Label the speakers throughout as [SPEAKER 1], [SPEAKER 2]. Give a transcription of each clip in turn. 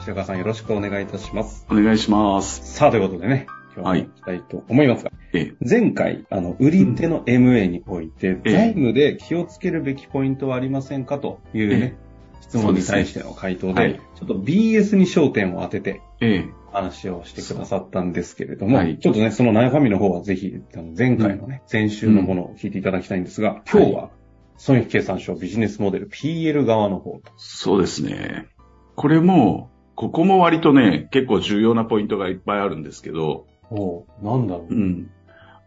[SPEAKER 1] 白川さんよろしくお願いいたします。
[SPEAKER 2] お願いします。
[SPEAKER 1] さあ、ということでね、今日も
[SPEAKER 2] はい
[SPEAKER 1] 行きたいと思いますが、
[SPEAKER 2] ええ、
[SPEAKER 1] 前回、あの、売り手の MA において、
[SPEAKER 2] ええ
[SPEAKER 1] 財務で気をつけるべきポイントはありませんかというね、質問に対しての回答で、
[SPEAKER 2] はい
[SPEAKER 1] ちょっと BS に焦点を当てて、
[SPEAKER 2] え
[SPEAKER 1] 話をしてくださったんですけれども、
[SPEAKER 2] はい
[SPEAKER 1] ちょっとね、その悩みの方はぜひ、あの前回のね、先週のものを聞いていただきたいんですが、今日は、損益計算書ビジネスモデル PL 側の方と。
[SPEAKER 2] そうですね。これも、ここも割とね、結構重要なポイントがいっぱいあるんですけど、
[SPEAKER 1] おうなんだろう
[SPEAKER 2] う。ん。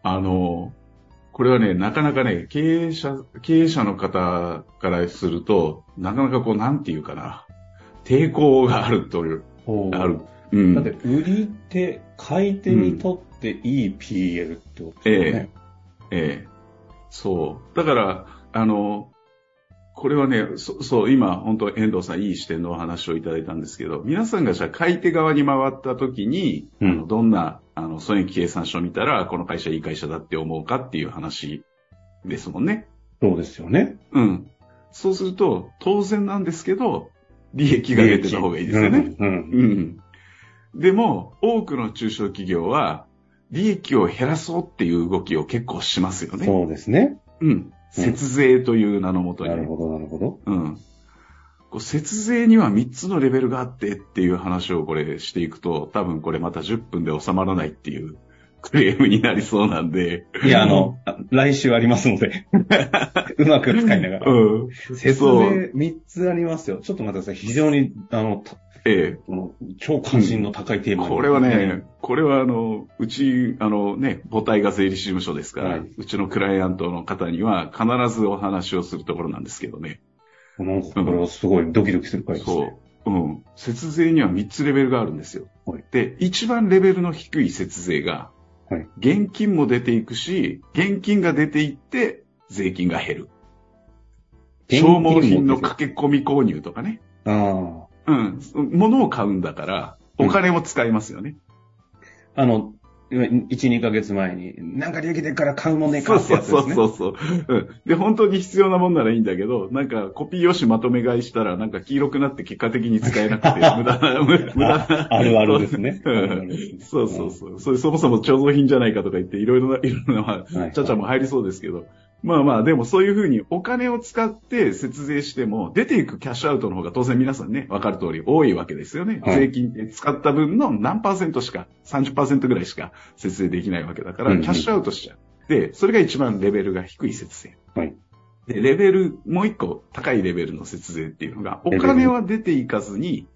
[SPEAKER 2] あの、これはね、なかなかね、経営者、経営者の方からすると、なかなかこう、なんていうかな、抵抗があるという、
[SPEAKER 1] おう
[SPEAKER 2] ある。うん。
[SPEAKER 1] だって、売り手、買い手にとっていい PL ってことだよね。
[SPEAKER 2] ええ。そう。だから、あの、これはね、そそう、今、本当遠藤さん、いい視点のお話をいただいたんですけど、皆さんがじゃあ、買い手側に回った時に、
[SPEAKER 1] うん
[SPEAKER 2] あのどんな、あの、損益計算書を見たら、この会社いい会社だって思うかっていう話ですもんね。
[SPEAKER 1] そうですよね。
[SPEAKER 2] うん。そうすると、当然なんですけど、利益が出てた方がいいですよね。
[SPEAKER 1] うん。うん
[SPEAKER 2] うん。でも、多くの中小企業は、利益を減らそうっていう動きを結構しますよね。
[SPEAKER 1] そうですね。
[SPEAKER 2] うん。節税という名のもとに。
[SPEAKER 1] なるほど、なるほど。
[SPEAKER 2] うん。こう節税には3つのレベルがあってっていう話をこれしていくと、多分これまた10分で収まらないっていうクレームになりそうなんで。
[SPEAKER 1] いや、あの、あ来週ありますの で、うまく使いながら。
[SPEAKER 2] うん。
[SPEAKER 1] 説
[SPEAKER 2] そ
[SPEAKER 1] 明
[SPEAKER 2] う
[SPEAKER 1] 3つありますよ。ちょっと待ってください。非常に、あの、た
[SPEAKER 2] ええ。
[SPEAKER 1] この超関心の高いテーマ、
[SPEAKER 2] これはね、これはあの、うち、あのね、母体が税理士事務所ですから、
[SPEAKER 1] はい
[SPEAKER 2] うんうちのクライアントの方には必ずお話をするところなんですけどね。
[SPEAKER 1] なんかこれはすごいドキドキする回ですね。
[SPEAKER 2] そう。うん。節税には3つレベルがあるんですよ。
[SPEAKER 1] はい
[SPEAKER 2] で、一番レベルの低い節税が、
[SPEAKER 1] はい
[SPEAKER 2] 現金も出ていくし、現金が出ていって、税金が減る。
[SPEAKER 1] 現金
[SPEAKER 2] 消
[SPEAKER 1] も出
[SPEAKER 2] 耗
[SPEAKER 1] ていく
[SPEAKER 2] 品の駆け込み購入とかね。
[SPEAKER 1] あ
[SPEAKER 2] うん。物を買うんだから、お金も使いますよね。
[SPEAKER 1] あ。あの、1、2ヶ月前に、なんか利益出るから買うもんねえか
[SPEAKER 2] そう
[SPEAKER 1] って
[SPEAKER 2] そ
[SPEAKER 1] や
[SPEAKER 2] う
[SPEAKER 1] つですね。
[SPEAKER 2] そうそうそう。うんで、本当に必要なもんならいいんだけど、なんかコピー用紙まとめ買いしたら、なんか黄色くなって結果的に使えなくて、無駄 な、無駄な。
[SPEAKER 1] あるあるですね。
[SPEAKER 2] うん
[SPEAKER 1] あるあるですね
[SPEAKER 2] そうそうそう。それそもそも貯蔵品じゃないかとか言って、いろいろな、 いろんな、ま
[SPEAKER 1] はい
[SPEAKER 2] あ、ちゃちゃも入りそうですけど。まあまあ、でもそういうふうにお金を使って節税しても、出ていくキャッシュアウトの方が当然皆さんね、わかる通り多いわけですよね。
[SPEAKER 1] はい
[SPEAKER 2] 税金で使った分の何パーセントしか、30%ぐらいしか節税できないわけだか
[SPEAKER 1] うん
[SPEAKER 2] ら、
[SPEAKER 1] うん
[SPEAKER 2] キャッシュアウトしちゃう。で、それが一番レベルが低い節税。
[SPEAKER 1] はい
[SPEAKER 2] で、レベル、もう一個高いレベルの節税っていうのが、お
[SPEAKER 1] レベル
[SPEAKER 2] 金は出ていかずに、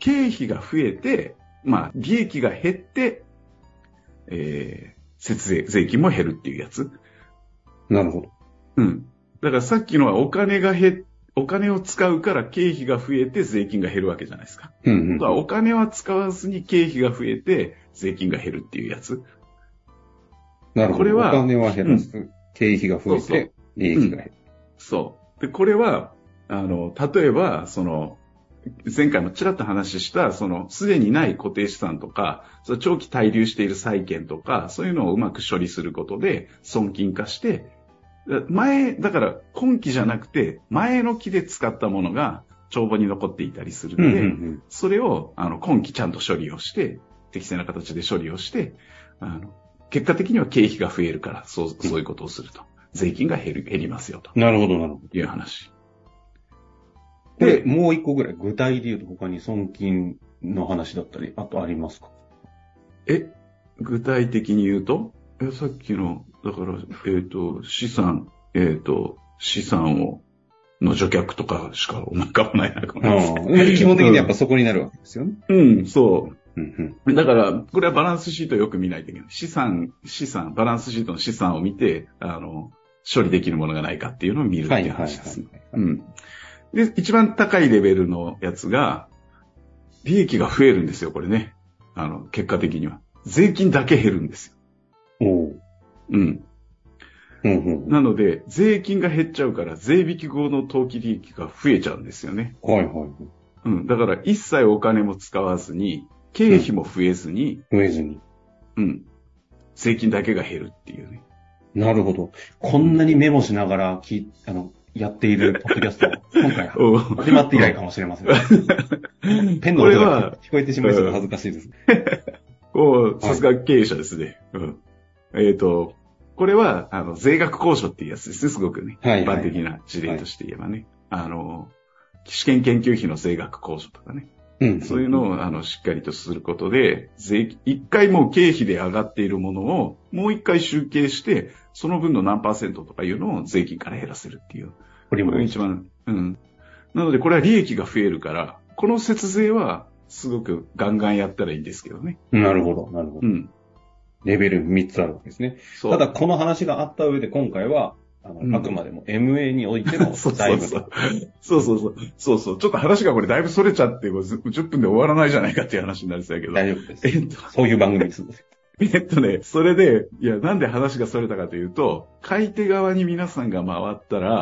[SPEAKER 2] 経費が増えて、まあ、利益が減って、えー、節税、税金も減るっていうやつ。
[SPEAKER 1] なるほど。
[SPEAKER 2] うん。だからさっきのはお金が減っ、お金を使うから経費が増えて税金が減るわけじゃないですか。
[SPEAKER 1] うんうん
[SPEAKER 2] 今度はお金は使わずに経費が増えて税金が減るっていうやつ。
[SPEAKER 1] なるほど。
[SPEAKER 2] これは
[SPEAKER 1] お金は減らす。経費が増え
[SPEAKER 2] そうそ
[SPEAKER 1] て、利益が減る。
[SPEAKER 2] そう。で、これは、あの、例えば、その、前回もちらっと話した、その、すでにない固定資産とか、その長期滞留している債券とか、そういうのをうまく処理することで、損金化して、だ前、だから、今期じゃなくて、前の期で使ったものが、帳簿に残っていたりする
[SPEAKER 1] うんん
[SPEAKER 2] で、
[SPEAKER 1] うんうん
[SPEAKER 2] それを、あの、今期ちゃんと処理をして、適正な形で処理をして、あの、結果的には経費が増えるから、そう、そういうことをすると。税金が減る、減りますよと。
[SPEAKER 1] なるほど、なるほど。
[SPEAKER 2] いう話。
[SPEAKER 1] で、
[SPEAKER 2] で
[SPEAKER 1] もう一個ぐらい、具体で言うと他に損金の話だったり、あとありますか
[SPEAKER 2] え、具体的に言うとえ、さっきの、だから、えっ、と、資産、えっ、と、資産を、の除却とかしか思い浮かばないな、ごめんなさい
[SPEAKER 1] うん基本的にやっぱそこになるわけですよね。
[SPEAKER 2] うん、そ
[SPEAKER 1] うんうん
[SPEAKER 2] う。だから、これはバランスシートをよく見ないといけない。資産、資産、バランスシートの資産を見て、あの、処理できるものがないかっていうのを見るって
[SPEAKER 1] はいいうはい
[SPEAKER 2] 話ですね。
[SPEAKER 1] は
[SPEAKER 2] うん。で、一番高いレベルのやつが、利益が増えるんですよ、これね。あの、結果的には。税金だけ減るんですよ。
[SPEAKER 1] おう。
[SPEAKER 2] うん。
[SPEAKER 1] うんうん。
[SPEAKER 2] なので、税金が減っちゃうから、税引き後の当期利益が増えちゃうんですよね。
[SPEAKER 1] はいはい。
[SPEAKER 2] うん。だから、一切お金も使わずに、経費も増えずに、
[SPEAKER 1] 増えずに。
[SPEAKER 2] うん。税金だけが減るっていうね。
[SPEAKER 1] なるほど。こんなにメモしながらき、あの、やっているポッドキャスト、今回始まって以来かもしれません。ペンの音が聞こえてしまいそうで恥ずかしいです。
[SPEAKER 2] おーさすが経営者ですね。うん。えっ、と、これは、あの、税額交渉っていうやつですね、すごくね。
[SPEAKER 1] はい
[SPEAKER 2] 一
[SPEAKER 1] はい
[SPEAKER 2] 般的な事例として言えばね。あの、試験研究費の税額交渉とかね。
[SPEAKER 1] うん。
[SPEAKER 2] そういうのを、あの、しっかりとすることで、税、一回もう経費で上がっているものを、もう一回集計して、その分の何パーセントとかいうのを税金から減らせるっていう。
[SPEAKER 1] これ
[SPEAKER 2] こ
[SPEAKER 1] も
[SPEAKER 2] れが一番、うん。なので、これは利益が増えるから、この節税は、すごくガンガンやったらいいんですけどね。
[SPEAKER 1] なるほど、なるほ
[SPEAKER 2] う
[SPEAKER 1] ど。
[SPEAKER 2] ん。
[SPEAKER 1] レベル3つあるわけですね。
[SPEAKER 2] そう
[SPEAKER 1] ただ、この話があった上で今回は、あの、
[SPEAKER 2] うん
[SPEAKER 1] あくまでも MA においての
[SPEAKER 2] そう
[SPEAKER 1] だ
[SPEAKER 2] そ
[SPEAKER 1] いうぶ
[SPEAKER 2] そう。そうそうそう。そうそう。ちょっと話がこれだいぶ逸れちゃって、もうず10分で終わらないじゃないかっていう話になりそうやけど。
[SPEAKER 1] 大丈夫です。
[SPEAKER 2] えっと、
[SPEAKER 1] そういう番組です。
[SPEAKER 2] えっとね、それで、いや、なんで話が逸れたかというと、買い手側に皆さんが回ったら、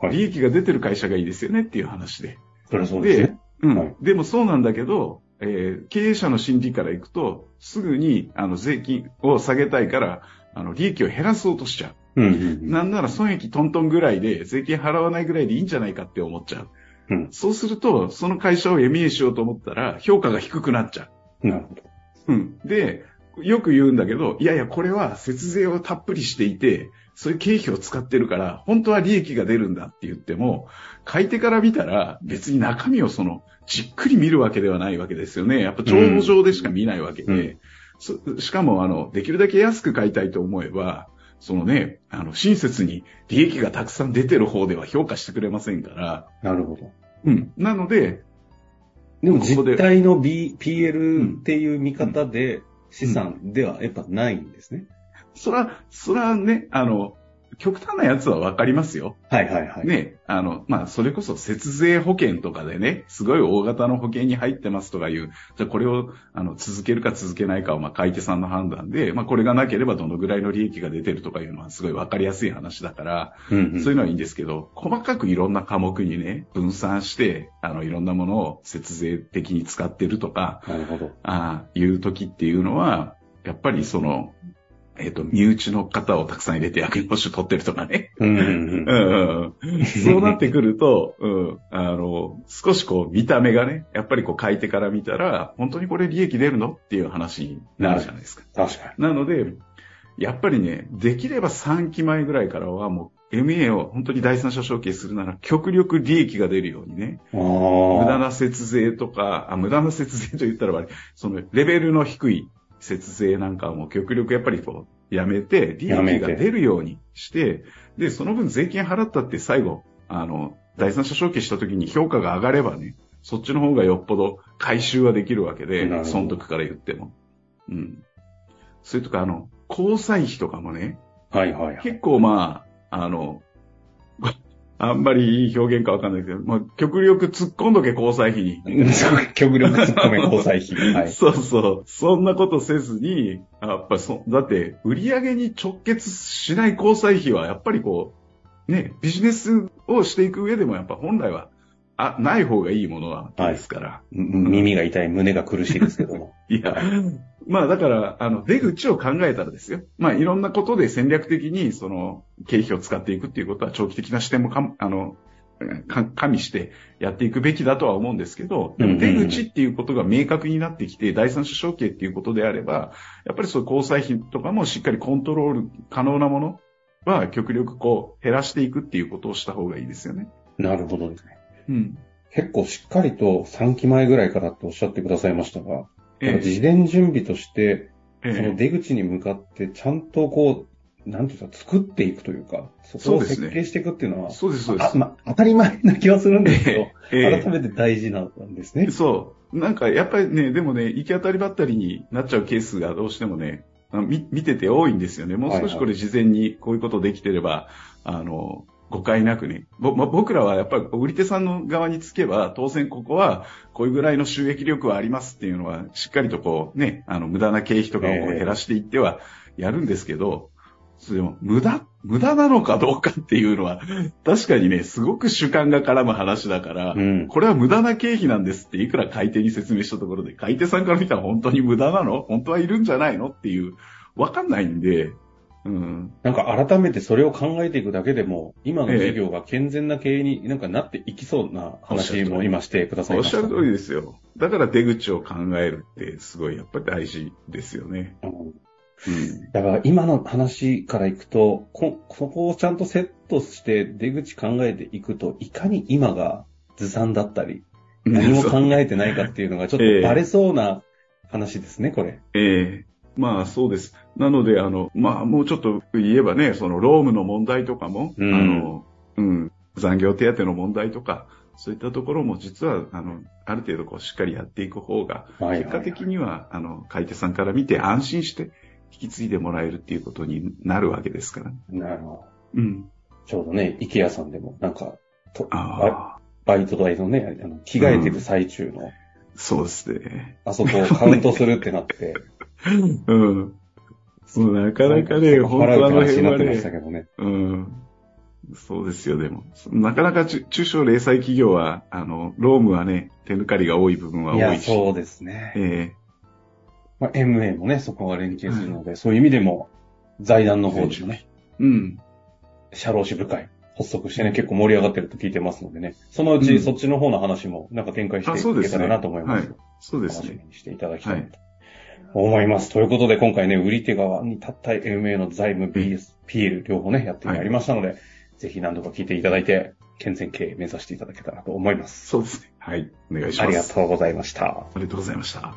[SPEAKER 1] はい
[SPEAKER 2] 利益が出てる会社がいいですよねっていう話で。
[SPEAKER 1] それはそうですね。
[SPEAKER 2] うん。
[SPEAKER 1] はい
[SPEAKER 2] でもそうなんだけど、えー経営者の心理からいくと、すぐに、あの、税金を下げたいから、あの、利益を減らそうとしちゃう。
[SPEAKER 1] うんうん
[SPEAKER 2] なんなら損益トントンぐらいで、税金払わないぐらいでいいんじゃないかって思っちゃう。
[SPEAKER 1] うん
[SPEAKER 2] そうすると、その会社を MA しようと思ったら、評価が低くなっちゃ
[SPEAKER 1] うん。なるほど。
[SPEAKER 2] う。うん。で、よく言うんだけど、いやいや、これは節税をたっぷりしていて、そういう経費を使ってるから、本当は利益が出るんだって言っても、買い手から見たら、別に中身をその、じっくり見るわけではないわけですよね。やっぱ帳簿上でしか見ないわけで、
[SPEAKER 1] うんうん
[SPEAKER 2] そしかも、あの、できるだけ安く買いたいと思えば、そのね、あの、親切に利益がたくさん出てる方では評価してくれませんから、
[SPEAKER 1] なるほど。
[SPEAKER 2] うん。なので、
[SPEAKER 1] でも
[SPEAKER 2] ここで
[SPEAKER 1] 実態の B、
[SPEAKER 2] うん
[SPEAKER 1] PL っていう見方で資産ではやっぱないんですね。
[SPEAKER 2] そら、そらね、あの、極端なやつはわかりますよ。
[SPEAKER 1] はいはいはい。
[SPEAKER 2] ね、あの、まあ、それこそ節税保険とかでね、すごい大型の保険に入ってますとかいう、じゃあこれを、あの、続けるか続けないかは、まあ、買い手さんの判断で、まあ、これがなければどのぐらいの利益が出てるとかいうのは、すごいわかりやすい話だから、
[SPEAKER 1] うんう。
[SPEAKER 2] そういうんのはいいんですけど、細かくいろんな科目にね、分散して、あの、いろんなものを節税的に使ってるとか、
[SPEAKER 1] なるほど。
[SPEAKER 2] ああ、いう時っていうのは、やっぱりその、えっ、と、身内の方をたくさん入れて役員報酬取ってるとかね。
[SPEAKER 1] うんうんう
[SPEAKER 2] う
[SPEAKER 1] ん。
[SPEAKER 2] んうんうん そうなってくると、うん、あの、少しこう見た目がね、やっぱりこう書いてから見たら、本当にこれ利益出るのっていう話になるじゃないですか。
[SPEAKER 1] 確か
[SPEAKER 2] なので、やっぱりね、できれば3期前ぐらいからはもう MA を本当に第三者承継するなら極力利益が出るようにね、
[SPEAKER 1] に。あ
[SPEAKER 2] 無
[SPEAKER 1] あ。
[SPEAKER 2] 駄な節税とか、あ無駄な節税と言ったら悪い、そのレベルの低い節税なんかはもう極力やっぱりこう、やめて、利益
[SPEAKER 1] やめ
[SPEAKER 2] が
[SPEAKER 1] て
[SPEAKER 2] 出るようにして、で、その分税金払ったって最後、あの、第三者承継した時に評価が上がればね、そっちの方がよっぽど回収はできるわけ
[SPEAKER 1] なるほ
[SPEAKER 2] で、
[SPEAKER 1] ど
[SPEAKER 2] 損得から言っても。うん。それとか、あの、交際費とかもね、
[SPEAKER 1] はいはいはい。
[SPEAKER 2] 結構まあ、あの、あんまりいい表現かわかんないけど、まあ、極力突っ込んどけ交際費に。
[SPEAKER 1] 極力突っ 込め交際費。はい。
[SPEAKER 2] そうそう。そんなことせずに、あやっぱりそ、だって、売り上げに直結しない交際費は、やっぱりこう、ね、ビジネスをしていく上でも、やっぱ本来は、あ、ない方がいいものなわけですから。
[SPEAKER 1] 耳が痛い、胸が苦しいですけども。
[SPEAKER 2] いや、まあだから、あの、出口を考えたらですよ。まあいろんなことで戦略的に、その、経費を使っていくっていうことは長期的な視点もかん、あの、か加味してやっていくべきだとは思うんですけど、で
[SPEAKER 1] う
[SPEAKER 2] も
[SPEAKER 1] んうん
[SPEAKER 2] 出
[SPEAKER 1] うん
[SPEAKER 2] 口っていうことが明確になってきて、第三者承継っていうことであれば、やっぱりそういう交際費とかもしっかりコントロール可能なものは極力こう減らしていくっていうことをした方がいいですよね。
[SPEAKER 1] なるほどですね。
[SPEAKER 2] うん。
[SPEAKER 1] 結構しっかりと3期前ぐらいからっておっしゃってくださいましたが、
[SPEAKER 2] ええ
[SPEAKER 1] 事前準備として、
[SPEAKER 2] え
[SPEAKER 1] その
[SPEAKER 2] え
[SPEAKER 1] 出口に向かってちゃんとこう、なんていうか、作っていくというか、そこ
[SPEAKER 2] そう
[SPEAKER 1] を
[SPEAKER 2] ですね
[SPEAKER 1] 設計していくっていうのは、
[SPEAKER 2] そうです、そうで
[SPEAKER 1] あ
[SPEAKER 2] す。
[SPEAKER 1] ま当たり前な気はするんですけど、
[SPEAKER 2] ええ
[SPEAKER 1] 改めて大事なんですね。
[SPEAKER 2] そう。なんか、やっぱりね、でもね、行き当たりばったりになっちゃうケースがどうしてもね、あのみ見てて多いんですよね。もう少しこれ事前にこういうことできてれば、あの、誤解なくね、ぼま僕らはやっぱり売り手さんの側につけば、当然ここはこういうぐらいの収益力はありますっていうのは、しっかりとこうね、あの無駄な経費とかを減らしていってはやるんですけど、それでも無駄、無駄なのかどうかっていうのは、確かにね、すごく主観が絡む話だから、
[SPEAKER 1] うん
[SPEAKER 2] これは無駄な経費なんですっていくら買い手に説明したところで、買い手さんから見たら本当に無駄なの本当はいるんじゃないのっていう、わかんないんで、うん。
[SPEAKER 1] なんか改めてそれを考えていくだけでも、今の事業が健全な経営になんかなっていきそうな話も今してください
[SPEAKER 2] おっ
[SPEAKER 1] まし
[SPEAKER 2] したゃる通りですよ。だから出口を考えるってすごいやっぱり大事ですよね。
[SPEAKER 1] うん
[SPEAKER 2] うん。
[SPEAKER 1] だから今の話からいくと、こ、そこをちゃんとセットして出口考えていくと、いかに今がずさんだったり、何も考えてないかっていうのがちょっとバレそうな話ですね、これ。
[SPEAKER 2] ええまあそうです。なので、あの、まあもうちょっと言えばね、そのロームの問題とかも、
[SPEAKER 1] うん
[SPEAKER 2] あの、うん、残業手当の問題とか、そういったところも実は、あの、ある程度こうしっかりやっていく方が、
[SPEAKER 1] はい
[SPEAKER 2] 結果的には、あの、買い手さんから見て安心して引き継いでもらえるっていうことになるわけですから。
[SPEAKER 1] なるほ
[SPEAKER 2] うん。
[SPEAKER 1] ど。ちょうどね、イケアさんでも、なんか、とバ
[SPEAKER 2] ああ、
[SPEAKER 1] バイト代のね、あの着替えてる最中の、
[SPEAKER 2] そうですね。
[SPEAKER 1] あそこをカウントするってなって、
[SPEAKER 2] うん。もうなかなかね、
[SPEAKER 1] そこ
[SPEAKER 2] 本当
[SPEAKER 1] 払う
[SPEAKER 2] あ
[SPEAKER 1] って話に
[SPEAKER 2] の辺
[SPEAKER 1] なっ
[SPEAKER 2] は
[SPEAKER 1] てま
[SPEAKER 2] ね
[SPEAKER 1] し、たけどね。
[SPEAKER 2] うん。そうですよ、でも。なかなか中中小零細企業は、あの、ロームはね、手抜かりが多い部分はい多
[SPEAKER 1] や、
[SPEAKER 2] いし。
[SPEAKER 1] そうですね。
[SPEAKER 2] え
[SPEAKER 1] まあ、MA もね、そこが連携するので、そういう意味でも、財団の方でもね、
[SPEAKER 2] えうん。
[SPEAKER 1] 社労士部会発足してね、結構盛り上がってると聞いてますのでね、そのう
[SPEAKER 2] う
[SPEAKER 1] ち
[SPEAKER 2] ん
[SPEAKER 1] そっちの方の話もなんか展開して
[SPEAKER 2] あそう
[SPEAKER 1] い
[SPEAKER 2] で
[SPEAKER 1] け
[SPEAKER 2] す
[SPEAKER 1] た
[SPEAKER 2] ね
[SPEAKER 1] らなと思います。
[SPEAKER 2] そうです
[SPEAKER 1] 楽し
[SPEAKER 2] ね。
[SPEAKER 1] みにしていただきたいと思います。ということで、今回ね、売り手側に立った MA の財務、BSPL 両方ね、やってまいりましたので、ぜひ何度か聞いていただいて、健全経営目指していただけたらと思います。
[SPEAKER 2] そうですね。はい。お願いします。
[SPEAKER 1] ありがとうございました。
[SPEAKER 2] ありがとうございました。